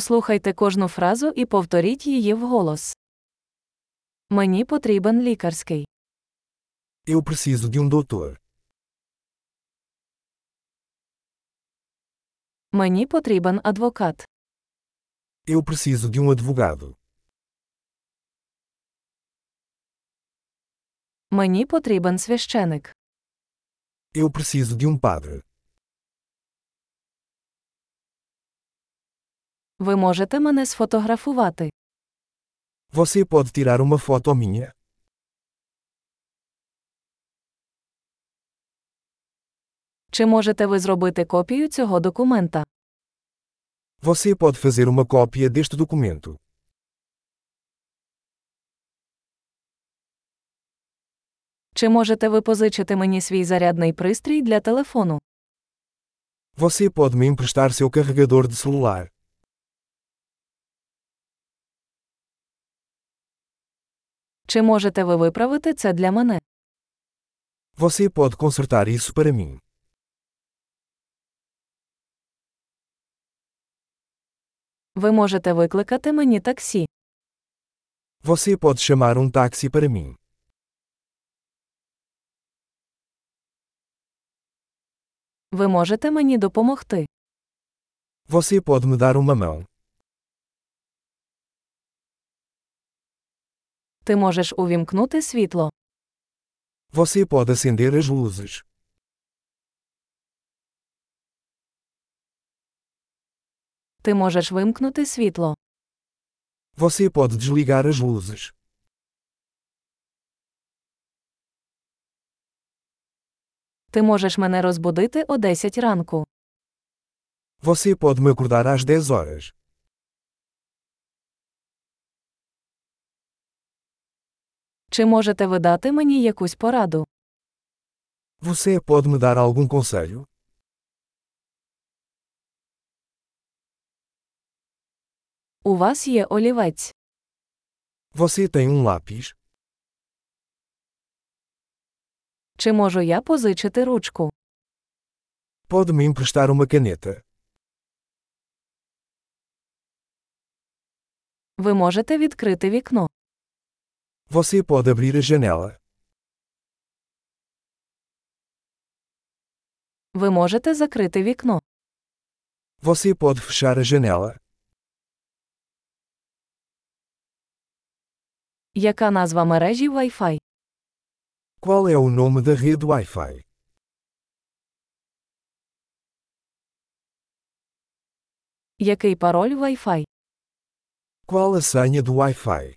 Послухайте кожну фразу і повторіть її вголос. Мені потрібен лікарський. Eu preciso de um doutor. Мені потрібен адвокат. Eu preciso de um advogado. Мені потрібен священик. Eu preciso de um padre. Ви можете мене сфотографувати. Você pode tirar uma foto minha? Чи можете ви зробити копію цього документа? Você pode fazer uma cópia deste documento. Чи можете ви позичити мені свій зарядний пристрій для телефону? Você pode me emprestar seu carregador de celular. Чи можете ви виправити це для мене? Você pode consertar isso para mim. Ви можете викликати мені таксі. Você pode chamar um táxi para mim. Ви можете мені допомогти. Você pode me dar uma mão. Ти можеш увімкнути світло. Você pode acender as luzes. Ти можеш вимкнути світло. Você pode desligar as luzes. Ти можеш мене розбудити о 10 ранку. Você pode me acordar às 10 horas. Чи можете ви дати мені якусь пораду? Você pode me dar algum conselho? У вас є олівець. Você tem um lápis? Чи можу я позичити ручку? Pode me emprestar uma caneta? Ви можете відкрити вікно. Você pode abrir a janela? Ви можете закрити вікно. Você pode fechar a janela? Яка назва мережі Wi-Fi? Qual é o nome da rede Wi-Fi? Який пароль Wi-Fi? Qual a senha do Wi-Fi?